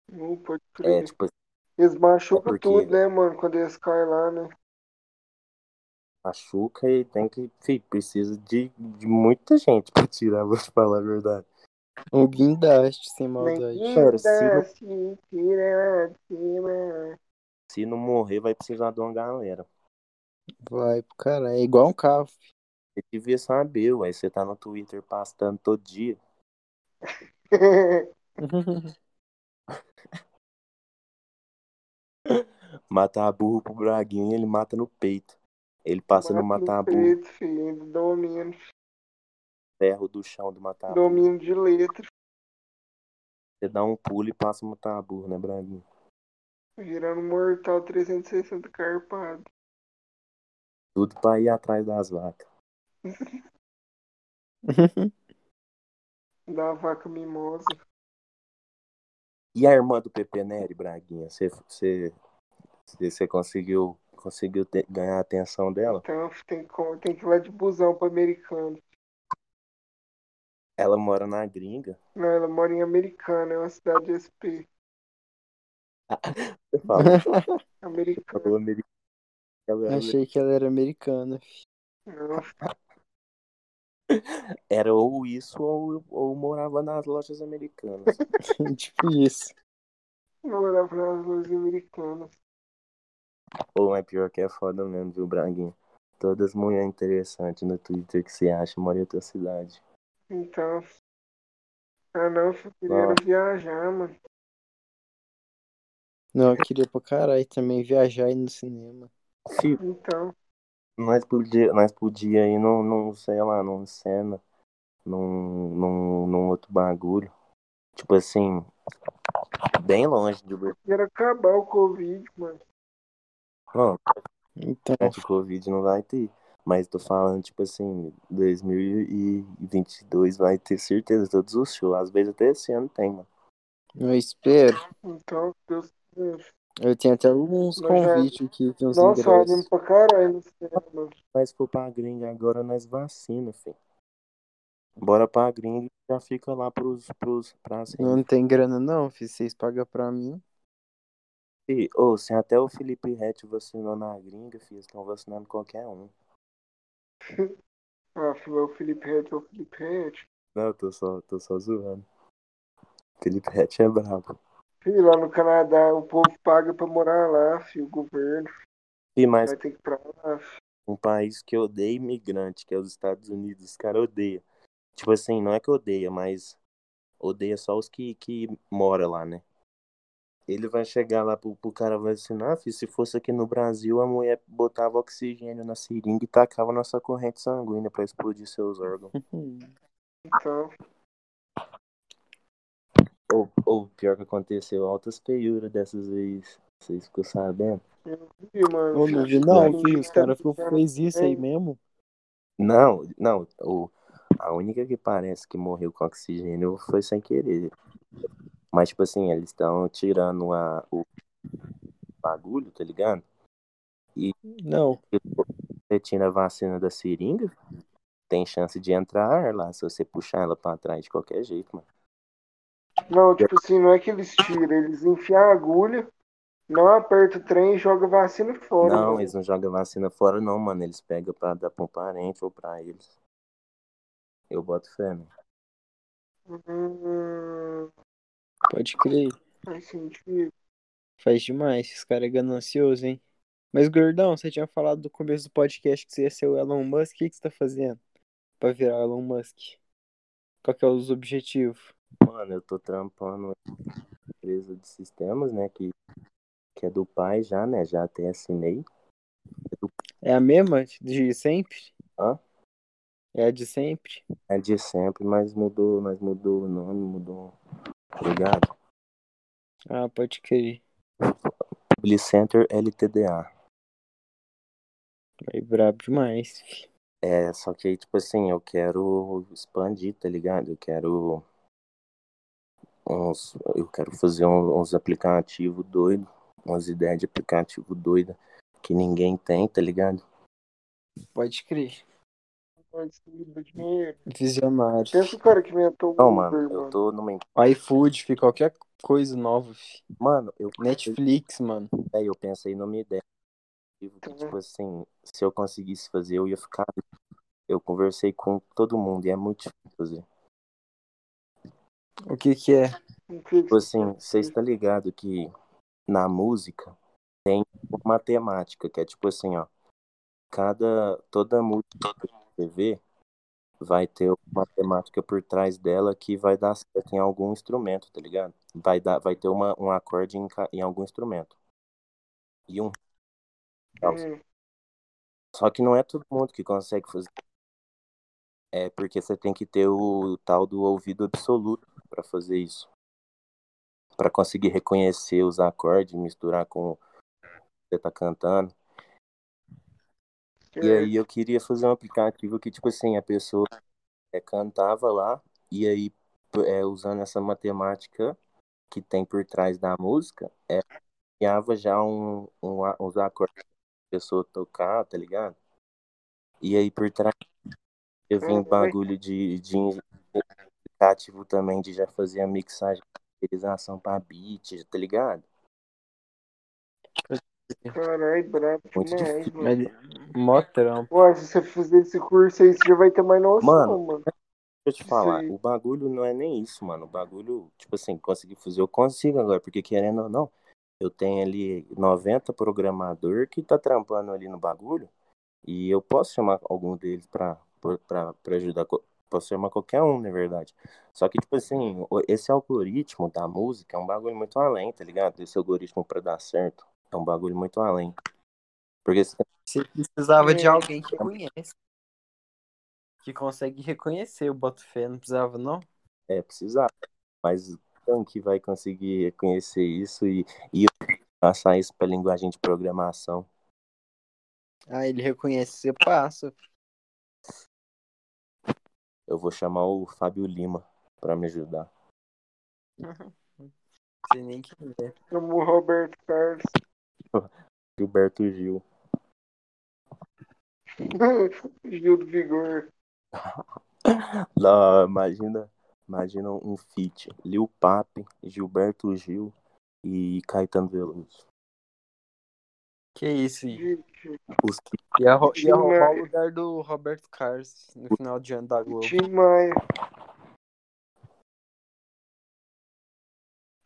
C: Não pode
B: É,
C: crer.
B: tipo,
C: Eles
B: é
C: machucam
B: porque...
C: tudo, né, mano? Quando eles caem lá, né?
B: Machuca e tem que. Fih, precisa de, de muita gente pra tirar, vou te falar a verdade.
A: Um guindaste sem maldade.
B: Cara, se não-
C: Mentira, se tira lá de cima.
B: Se não morrer, vai precisar de uma galera.
A: Vai pro caralho. É igual um carro.
B: Você devia saber, ué. Você tá no Twitter pastando todo dia. Matar burro pro Braguinha, ele mata no peito. Ele passa no
C: Mata no
B: Ah, matar burro,
C: peito, filho. Ainda domino.
B: ferro do chão do matar burro.
C: Domino de letra.
B: Você dá um pulo e passa no matar burro, né, Braguinha?
C: Girando mortal 360 carpado.
B: Tudo pra ir atrás das vacas.
C: Da vaca mimosa.
B: E a irmã do Pepe Neri, Braguinha? Você, você, você, você conseguiu, conseguiu te- ganhar a atenção dela?
C: Então tem, como, tem que ir lá de busão pro americano.
B: Ela mora na gringa.
C: Não, ela mora em Americana, é uma cidade SP.
B: Você fala,
C: Americana.
B: falou americano. é Ela era,
A: Achei que ela era americana.
C: Não,
B: era ou isso ou, ou morava nas lojas americanas.
A: tipo isso.
C: não morava nas lojas americanas.
B: Ou é pior que é foda mesmo, viu, Braguinha? Todas mulheres interessantes no Twitter que você acha, mora em outra cidade.
C: Então. Ah não, eu só queria era
B: Nossa.
C: viajar, mano.
D: Não, eu queria pra caralho também viajar e ir no cinema.
B: Fio,
C: Então.
B: Nós podia, nós podia ir num, num, sei lá, num cena, num, num, num outro bagulho. Tipo assim, bem longe de Uber.
C: Quero acabar o Covid, mano.
B: Não,
D: Então,
B: né, de Covid não vai ter. Mas tô falando, tipo assim, 2022 vai ter certeza todos os shows. Às vezes até esse ano tem, mano.
D: eu espero.
C: Então, Deus quiser.
D: Eu tenho até alguns
C: Nós já-
D: convites aqui, tem uns
C: Nossa, eu
D: ingressos.
C: olhando pra caralho no cinema, mano.
B: Mas se for pra gringa agora, nós vacina, filho. Bora pra gringa e já fica lá pros, pros, pras
D: Não tem grana não, filho. Vocês pagam pra mim.
B: Ih, Ô, se até o Felipe Rett vacinou na gringa, filho, estão vacinando qualquer um.
C: Ah, filho, é o Felipe Red, é o Felipe Red.
B: Não, tô só, tô só zoando. Felipe Rett é brabo.
C: Filho, lá no Canadá, o povo paga pra morar lá, filho. O governo
B: E mais
C: vai ter que ir pra lá. filho.
B: um país que odeia imigrante, que é os Estados Unidos, os caras odeiam. Tipo assim, não é que odeia, mas odeia só os que, que mora lá, né? Ele vai chegar lá pro, pro cara vacinar, assim, "Ah, filho, se fosse aqui no Brasil, a mulher botava oxigênio na seringa e tacava na sua corrente sanguínea pra explodir seus órgãos.
C: Então,
B: Ou, ou pior que aconteceu, altas feiuras dessas vezes. Vocês ficam sabendo?
C: filho, mano.
D: Ô, não vi não,
C: Não,
D: filho. Os caras
C: cara,
D: fez isso aí
C: é.
D: mesmo.
B: Não, não, o, a única que parece que morreu com oxigênio foi sem querer. Mas, tipo assim, eles estão tirando a, o bagulho, tá ligado?
D: Não.
B: E Você tira a vacina da seringa, tem chance de entrar ar lá, se você puxar ela pra trás de qualquer jeito, mano.
C: Não, tipo assim, não é que eles tiram, eles enfiam a agulha, não aperta o trem e joga a vacina fora.
B: Não,
C: mano.
B: eles não jogam vacina fora, não, mano. Eles pegam pra dar pra um parente ou pra eles. Eu boto fé, né?
C: Hum,
D: Pode crer.
C: faz sentido.
D: Faz demais, esse cara é ganancioso, hein? Mas, gordão, você tinha falado no começo do podcast que você ia ser o Elon Musk. O que que você tá fazendo pra virar o Elon Musk? Qual que é os objetivos?
B: Mano, eu tô trampando na empresa de sistemas, né? Que, que é do pai já, né? Já até assinei.
D: É a mesma de sempre?
B: Hã?
D: É a de sempre?
B: É de sempre, mas mudou, mas mudou o nome, mudou. Tá ligado?
D: Ah, pode crer.
B: Public Center LTDA.
D: Aí, brabo demais. fi.
B: É, só que aí, tipo assim, eu quero expandir, tá ligado? Eu quero. Uns, eu quero fazer um- uns aplicativos doidos, umas ideias de aplicativo doida que ninguém tem, tá ligado?
D: Pode crer.
C: Mas tudo do dinheiro.
D: Visionário.
C: Pensa o cara que inventou o
B: Não,
C: Uber,
B: mano, eu
C: mano.
B: tô numa. em-
D: iFood, fi, qualquer coisa nova, fi.
B: Mano, eu,
D: Netflix, mano.
B: é, eu pensei numa ideia. Que, tipo assim, se eu conseguisse fazer, eu ia ficar. Eu conversei com todo mundo e é muito difícil fazer.
D: O que que é?
C: Não sei
B: Tipo
C: se-
B: assim, você está ligado que na música tem uma matemática, que é tipo assim, ó. Cada. Toda música que você vê vai ter uma matemática por trás dela que vai dar certo em algum instrumento, tá ligado? Vai, dar, vai ter uma, um acorde em, ca- em algum instrumento. E um.
C: Hum,
B: Só que não é todo mundo que consegue fazer. É porque você tem que ter o tal do ouvido absoluto para fazer isso. Para conseguir reconhecer os acordes, misturar com o que você tá cantando.
C: é,
B: E aí eu queria fazer um aplicativo que, tipo assim, a pessoa é, cantava lá, e aí, p- é, usando essa matemática que tem por trás da música, é, criava já um, um, a- uns acordes pra pessoa tocar, tá ligado? E aí por trás eu vi um
C: Caralho.
B: bagulho de, de um aplicativo também, de já fazer a mixagem, masterização pra beat, tá ligado?
C: Caralho, brabo
B: Muito né?
C: demais, mano.
D: Mas... Mó trampo.
C: Ué, se você fizer esse curso aí, você já vai ter mais noção,
B: Mano,
C: mano.
B: Deixa eu te falar,
C: Sim.
B: o bagulho não é nem isso, mano. O bagulho, tipo assim, conseguir fazer, eu consigo agora, porque querendo ou não, Eu tenho ali 90 programador que tá trampando ali no bagulho. E eu posso chamar algum deles pra, pra, pra ajudar. co- Posso chamar qualquer um, na verdade. Só que, tipo assim, o- esse algoritmo da música é um bagulho muito além, tá ligado? Esse algoritmo pra dar certo é um bagulho muito além. Porque você
D: Você precisava de
A: É.
D: alguém que conhece. Que consegue reconhecer o Botafé, não precisava, não?
B: é precisar. Mas quem que vai conseguir reconhecer isso e, e passar isso pra linguagem de programação?
D: Ah, ele reconhece, você passa.
B: Eu vou chamar o Fábio Lima pra me ajudar.
D: Você nem quiser.
C: Como o Roberto Carlos.
B: Gilberto Gil.
C: Gil do Vigor.
B: Não, imagina, imagina um feat. Lil Pape, Gilberto Gil e Caetano Veloso.
D: Que isso, Igor.
C: Gente,
B: Os feat
D: Ia, rou- ia
C: Tim
D: roubar o
C: Maia.
D: lugar do Roberto Carlos no final de ano da Globo.
C: Tim Maia.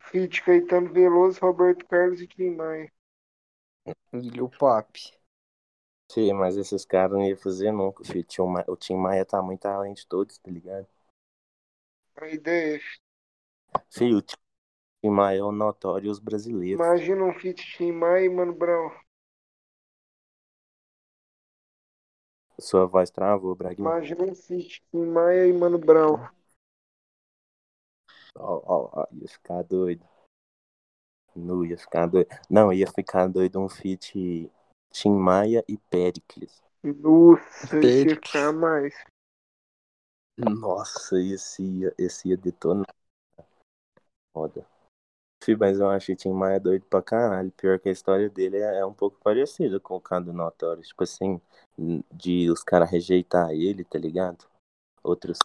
C: Feat Caetano Veloso, Roberto Carlos e Tim Maia.
D: E o Papi.
B: Sim, mas esses caras não iam fazer nunca. O Tim Maia, o Tim Maia tá muito além de todos, tá ligado?
C: A ideia é essa.
B: Filho, o Tim Maia é o notório os brasileiros.
C: Imagina um feat Tim Maia e Mano Brown.
B: Sua voz travou, Braguinha.
C: Imagina um feat Tim Maia e Mano Brown.
B: Ó, ó, ó, ia ficar doido. Não, ia ficar doido. Não, ia ficar doido um feat Tim Maia e Pericles.
C: Nossa, isso ia
D: Pericles.
C: ficar mais.
B: Nossa, esse ia, esse ia detonar. Foda. Fih, mas eu acho que Tim Maia doido pra caralho. Pior que a história dele é, é um pouco parecida com o caso do Notório. Tipo assim, de os caras rejeitar ele, tá ligado? Outros.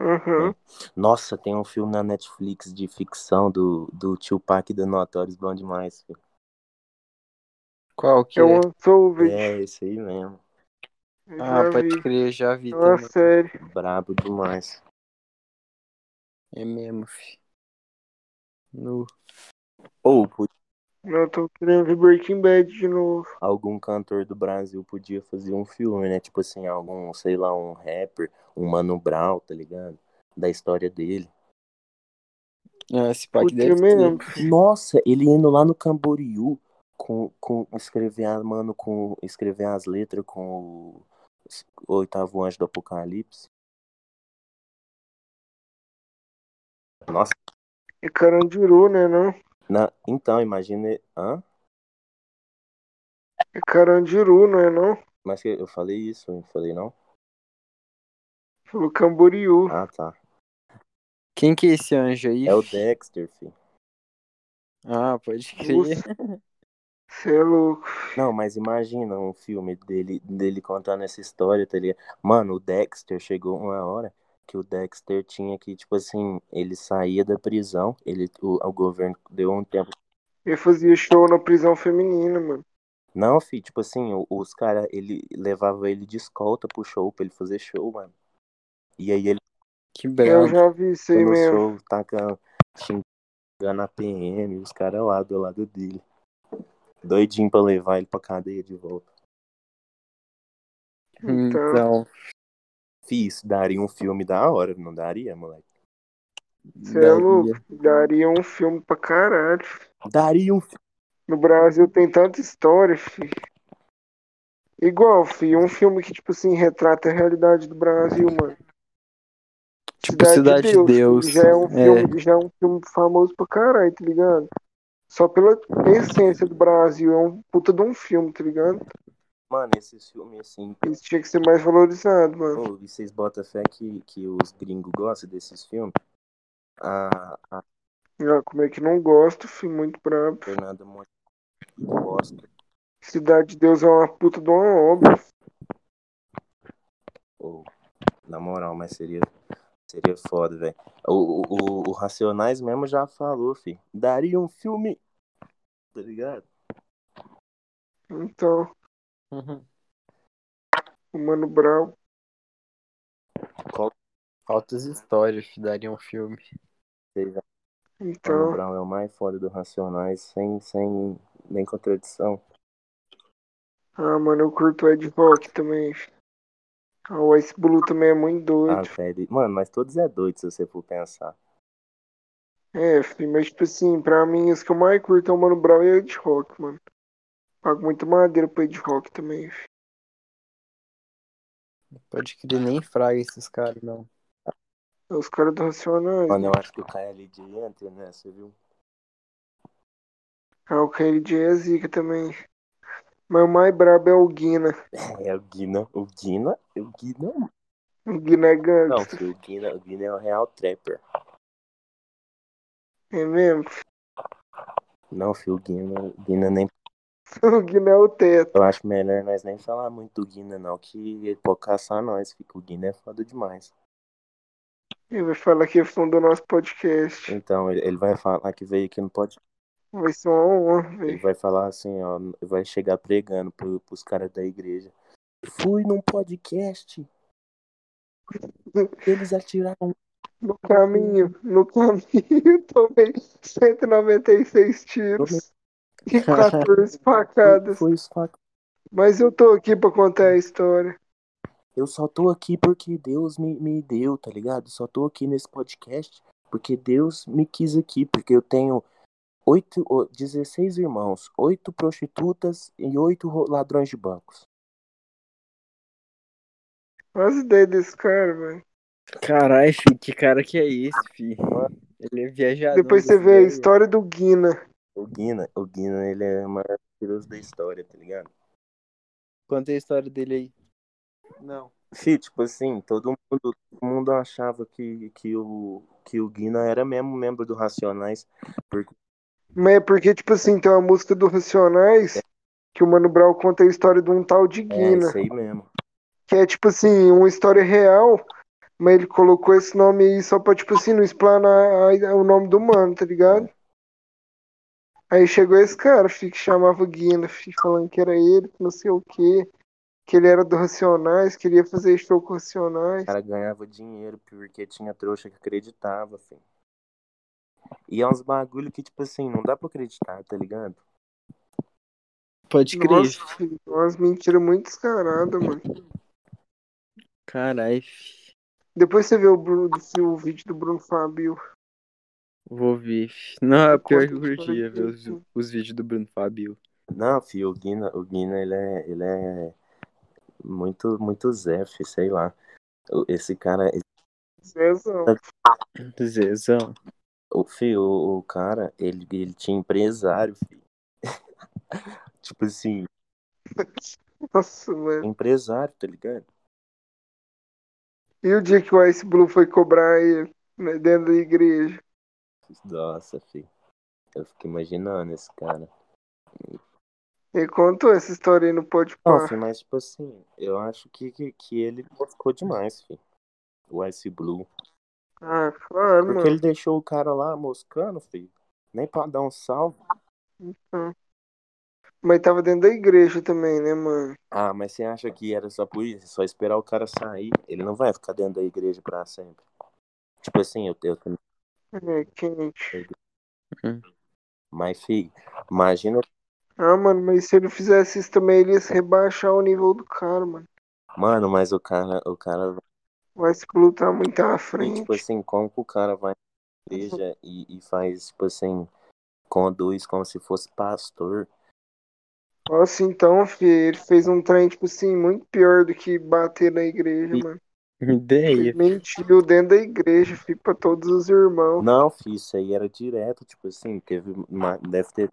C: Aham.
B: Nossa, tem um filme na Netflix de ficção do, do Tupac e do Notorious, bom demais, filho.
D: Qual que
C: É
D: é?
C: o Unsolved.
B: É, esse aí mesmo.
C: Eu
D: Ah,
C: já
D: pode
C: vi.
D: crer, já vi
C: É uma
D: também.
C: série.
B: Brabo demais.
D: É mesmo, fi. No...
B: Ou po-
C: Eu tô querendo ver Breaking Bad de novo.
B: algum cantor do Brasil podia fazer um filme, né? Tipo assim, algum, sei lá, um rapper, um Mano Brown, tá ligado? Da história dele.
D: Ah, esse pack
C: Podia
D: deve ter.
C: mesmo.
B: Nossa, ele indo lá no Camboriú com, com escrever, a- mano, com escrever as letras com o s- oitavo anjo do Apocalipse. Nossa,
C: É Carandiru, né, não?
B: na- então, imagine. Hã?
C: É Carandiru, não é não?
B: Mas que eu falei isso, eu falei não?
C: Falou Camboriú.
B: Ah, tá.
D: Quem que é esse anjo aí?
B: É o
D: fi?
B: Dexter, filho.
D: Ah, pode crer.
C: Nossa, Você é louco.
B: Não, mas imagina um filme dele, dele contando essa história, tá ligado? Mano, o Dexter chegou uma hora que o Dexter tinha que, tipo assim, ele saía da prisão, ele, o, o governo deu um tempo.
C: Eu fazia show na prisão feminina, mano.
B: Não, fi, tipo assim, o- os caras, ele levava ele de escolta pro show, pra ele fazer show, mano. E aí ele
D: Que
C: Eu
D: brabo.
C: já vi isso aí
B: no
C: mesmo.
B: show, tacando, xingando a PM, os caras lá do lado dele. Doidinho pra levar ele pra cadeia de volta.
C: Então,
D: Então,
B: Fi, isso daria um filme da hora, não daria, moleque?
C: você é
D: daria.
C: louco. Daria um filme pra caralho.
B: Daria um
C: No Brasil tem tanta história, fi. Igual, fi, um filme que, tipo assim, retrata a realidade do Brasil, mano.
D: Tipo, Cidade de Deus.
C: fi, Já é um
D: É,
C: filme, já é um filme famoso pra caralho, tá ligado? Só pela essência do Brasil, é um puta de um filme, tá ligado?
B: Mano, esses filmes assim.
C: Isso tinha que ser mais valorizado, mano.
B: Ô, e vocês botam fé que, que os gringos gostam desses filmes? A, a
C: Ah, como é que não gosto, fi, muito brabo.
B: Fernanda Monte gosta.
C: Cidade de Deus é uma puta de uma obra.
B: Ô, na moral, mas seria, seria foda, velho. O, o, o- o Racionais mesmo já falou, fi. Daria um filme. Tá ligado?
C: Então,
D: Uhum.
C: o Mano Brown.
B: Qual que
D: Altas histórias, fi, daria um filme.
B: vocês Mano
C: Então,
B: Brown é o mais foda do Racionais, sem, sem nem contradição.
C: ah, mano, eu curto o Ed Rock também. Ah, o Ice Blue também é muito
B: Ah,
C: doido.
B: velho. Mano, mas todos é doido se você for pensar.
C: É, filho, mas tipo assim, pra mim, os que eu mais curto é o Mano Brown e o Ed Rock, mano. Pago muito madeira pro Ed Rock também, filho.
D: Pode crer, nem fraga esses caras, não.
C: É os caras do Racionais.
B: Mano,
C: né?
B: eu acho que o KLD entra nessa, viu?
C: Ah, o KLJ é zica também. Mas o mais brabo é o Guina.
B: É o Guina. O Guina? O Guina?
C: O Guina é
B: Não,
C: gangsta.
B: filho, o Guina, o Guina é o real trapper.
C: É mesmo?
B: Não, filho, o Guina, o Guina nem.
C: O Guina é o teto.
B: Eu acho melhor nós nem falar muito do Guina, não, que ele pode caçar nós, fica. O Guina é foda demais.
C: Ele vai falar que é fã do nosso podcast.
B: Então, ele, ele vai falar que veio aqui no podcast.
C: Vai ser uma honra,
B: Ele
C: velho.
B: vai falar assim, ó, vai chegar pregando pro, pros caras da igreja. Fui num podcast. Eles atiraram.
C: No caminho, no caminho, tomei 196 tiros e 14 facadas.
B: um, Foi esfac...
C: Mas eu tô aqui pra contar a história.
B: Eu só tô aqui porque Deus me, me deu, tá ligado? Só tô aqui nesse podcast porque Deus me quis aqui. Porque eu tenho oito, ô, 16 irmãos, oito prostitutas e oito ro- ladrões de bancos.
C: Olha as ideias desse cara, velho.
D: Caralho, fi, que cara que é esse, fi? Ele é viajado.
C: Depois você vê a história do Guina.
B: O Guina, o Guina, ele é o maior mentiroso da história, tá ligado?
D: Conta a história dele aí. Não.
B: Fih, tipo assim, todo mundo, todo mundo achava que, que, o, que o Guina era mesmo membro do Racionais. Porque,
C: Mas é porque, tipo assim, tem uma música do Racionais que o Mano Brown conta a história de um tal de
B: é,
C: Guina.
B: isso aí mesmo.
C: Que é, tipo assim, uma história real. Mas ele colocou esse nome aí só pra, tipo assim, não explanar a- o nome do mano, tá ligado? Aí chegou esse cara, fi, que chamava Guina, fi, falando que era ele, que não sei o quê, que ele era do Racionais, queria fazer show com Racionais.
B: O cara ganhava dinheiro porque tinha trouxa que acreditava, assim. E é uns bagulho que, tipo assim, não dá pra acreditar, tá ligado?
D: Pode crer.
C: Nossa, filho, umas mentiras muito descaradas, mano.
D: Caralho, fi.
C: Depois você vê o, Bruno, o vídeo do Bruno Fabio.
D: Vou ver, fi. Não, é
C: Eu
D: pior
C: conto
D: que eu
C: a história
D: curtia ver os,
C: direitinho.
D: os vídeos do Bruno Fabio.
B: Não, filho, o Guina, o Guina ele, é, ele é muito, muito Zé, fi, sei lá. O- Esse cara,
C: Cezão.
D: Zezão.
B: o, filho, o, o cara, ele, ele tinha empresário, filho. Tipo assim,
C: Nossa, mano.
B: empresário, tá ligado?
C: E o dia que o Ice Blue foi cobrar ele, né, dentro da igreja?
B: Nossa, filho. Eu fico imaginando esse cara.
C: Ele contou essa história aí no Pode
B: Não,
C: Par.
B: filho, mas tipo assim, eu acho que, que, que ele ficou demais, filho. O Ice Blue.
C: Ah, claro,
B: Porque
C: mano.
B: ele deixou o cara lá moscando, filho. Nem pra dar um salve.
C: Mas tava dentro da igreja também, né, mano?
B: Ah, mas você acha que era só por isso? Só esperar o cara sair. Ele não vai ficar dentro da igreja pra sempre. Tipo assim, eu, eu tenho.
C: É, quente.
B: Mas, filho, imagina.
C: Ah, mano, mas se ele fizesse isso também, ele ia se rebaixar o nível do cara, mano.
B: Mano, mas o cara. O cara.
C: O Ice Blue tá muito à
B: E, tipo
C: frente.
B: assim, como que o cara vai na igreja e, e faz, tipo assim, conduz como se fosse pastor?
C: Nossa, então, filho, ele fez um trem, tipo assim, muito pior do que bater na igreja,
B: E- é
C: mano. Ele
D: Ideia.
C: mentiu dentro da igreja, filho, pra todos os irmãos.
B: Não, filho, isso aí era direto, tipo assim, teve uma, deve ter.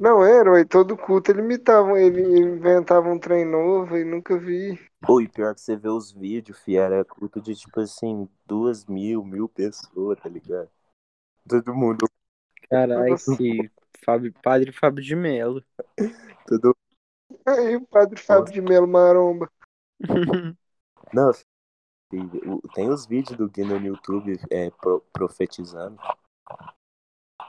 C: Não era, ué, todo culto ele imitava, ele inventava um trem novo e nunca vi.
B: Pô, e pior que você vê os vídeos, filho, era culto de tipo assim, duas mil, mil pessoas, tá ligado? Todo mundo,
D: Caralho,
C: Nossa.
D: fi. Fábio, padre Fábio de Melo.
B: todo
C: Aí o padre Fábio de Melo Maromba.
B: Não, filho, o- tem os vídeos do Guina no YouTube é, pro- profetizando.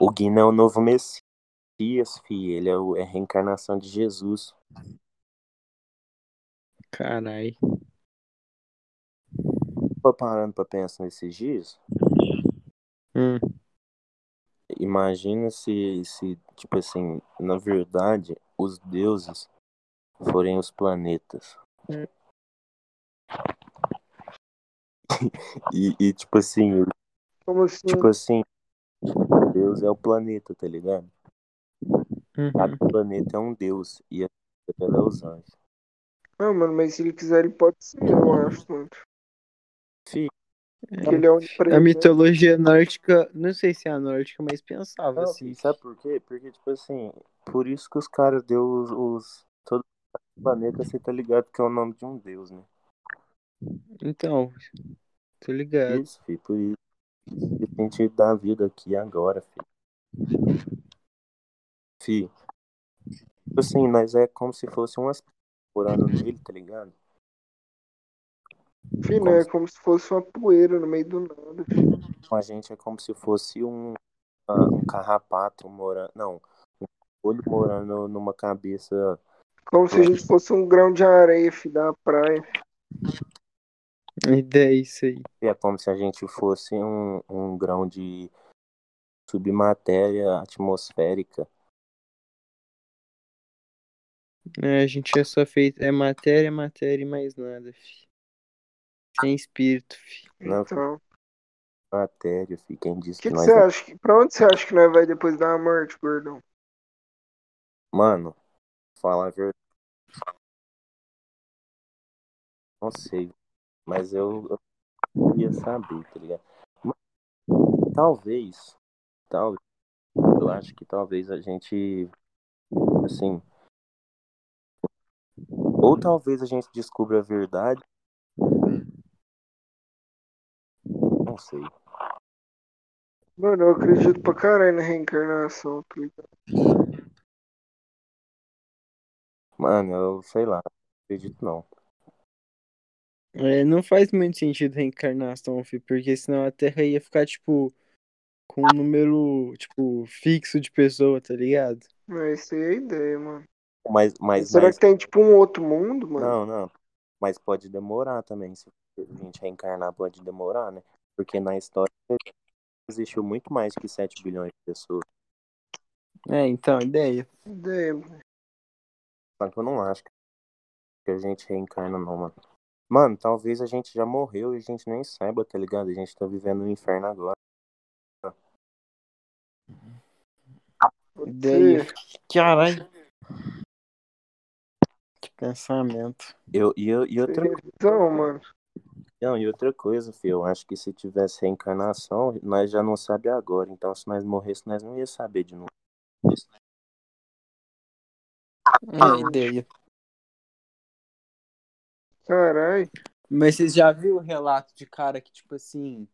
B: O Guina é o novo Messias, filho, ele é, o, é a reencarnação de Jesus.
D: Caralho.
B: Tô parando pra pensar nesses dias.
D: Hum.
B: Imagina se, se, tipo assim, na verdade, os deuses forem os planetas. E, e, tipo assim,
C: Como assim?
B: tipo assim, Deus é o planeta, tá ligado?
D: hum.
B: Cada planeta é um deus e a ela é os anjos.
C: Ah, mano, mas se ele quiser, ele pode ser, eu acho, mano.
B: Fi,
C: Porque ele é onipresente.
A: A mitologia nórdica, não sei se é a nórdica, mas pensava
B: não,
A: assim.
B: fi, sabe por quê? Porque, tipo assim, por isso que os caras deu os, os. Todo planeta, você tá ligado que é o nome de um deus, né?
A: Então, tô
C: É.
A: ligado.
B: Isso, fi, por isso. E tem que dar vida aqui e agora, fi. Fi. Tipo assim, nós é como se fosse umas morando nele, tá ligado?
C: Enfim, né? É como se fosse uma poeira no meio do nada. filho.
B: Com a gente é como se fosse um, ah, um carrapato morando. Não, um olho morando numa cabeça.
C: Como se a gente fosse um grão de areia, filho, da praia.
A: A ideia é isso aí.
B: É como se a gente fosse um, um grão de submatéria atmosférica.
A: É, a gente é só feito. É matéria, matéria e mais nada, fi. Sem espírito, fi.
B: Não.
C: Então, o
B: Matéria, fi. Quem disse
C: que,
B: que,
C: que
B: nós
C: você
B: é-
C: acha? Que, pra onde você acha que nós vai depois da morte, gordão?
B: Mano, fala a verdade. Não sei. Mas eu, eu queria saber, tá ligado? Mas, talvez. Talvez. Eu acho que talvez a gente. Assim. Ou talvez a gente descubra a verdade. Não sei.
C: Mano, eu acredito pra caralho na reencarnação, tá ligado?
B: Mano, eu sei lá. Acredito não.
A: É, não faz muito sentido reencarnação, fi, porque senão a Terra ia ficar, tipo, com um número, tipo, fixo de pessoa, tá ligado?
C: É, isso aí é a ideia, mano.
B: Mas, mas,
C: Será
B: mas
C: que tem tipo um outro mundo, mano?
B: Não, não. Mas pode demorar também. Se a gente reencarnar, pode demorar, né? Porque na história existiu muito mais que 7 bilhões de pessoas.
A: É, então, a ideia.
C: Ideia, mano.
B: Só que eu não acho que a gente reencarna, não, mano. Mano, talvez a gente já morreu e a gente nem saiba, tá ligado? A gente tá vivendo um inferno agora.
C: Pode
A: Ideia.
C: ser.
A: Caralho. Que pensamento.
B: Eu, e, eu, e, outra,
C: Então, mano.
B: não, e outra coisa, filho, eu acho que se tivesse reencarnação, nós já não sabe agora. Então, se nós morresse, nós não ia saber de novo.
A: É, ideia.
C: Caralho.
A: Mas vocês já viram o relato de cara que, tipo assim.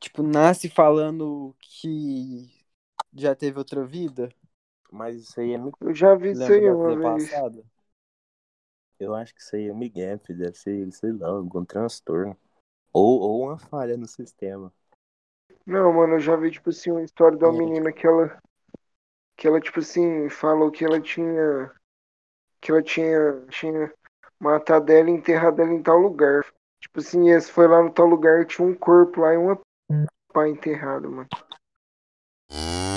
A: Tipo, nasce falando que já teve outra vida?
B: Mas isso aí é mi-
C: Eu já vi isso
A: Lembra
C: aí
A: da
C: uma
A: vida
C: vez.
A: passada?
B: Eu acho que isso aí é migué, filho. deve ser, sei lá, algum transtorno. Ou, ou uma falha no sistema.
C: Não, mano, eu já vi, tipo assim, uma história de uma
B: É.
C: menina que ela. Que ela, tipo assim, falou que ela tinha. Que ela tinha. Tinha matado ela e enterrado ela em tal lugar. Tipo assim, esse foi lá no tal lugar, tinha um corpo lá e uma pá enterrada, mano.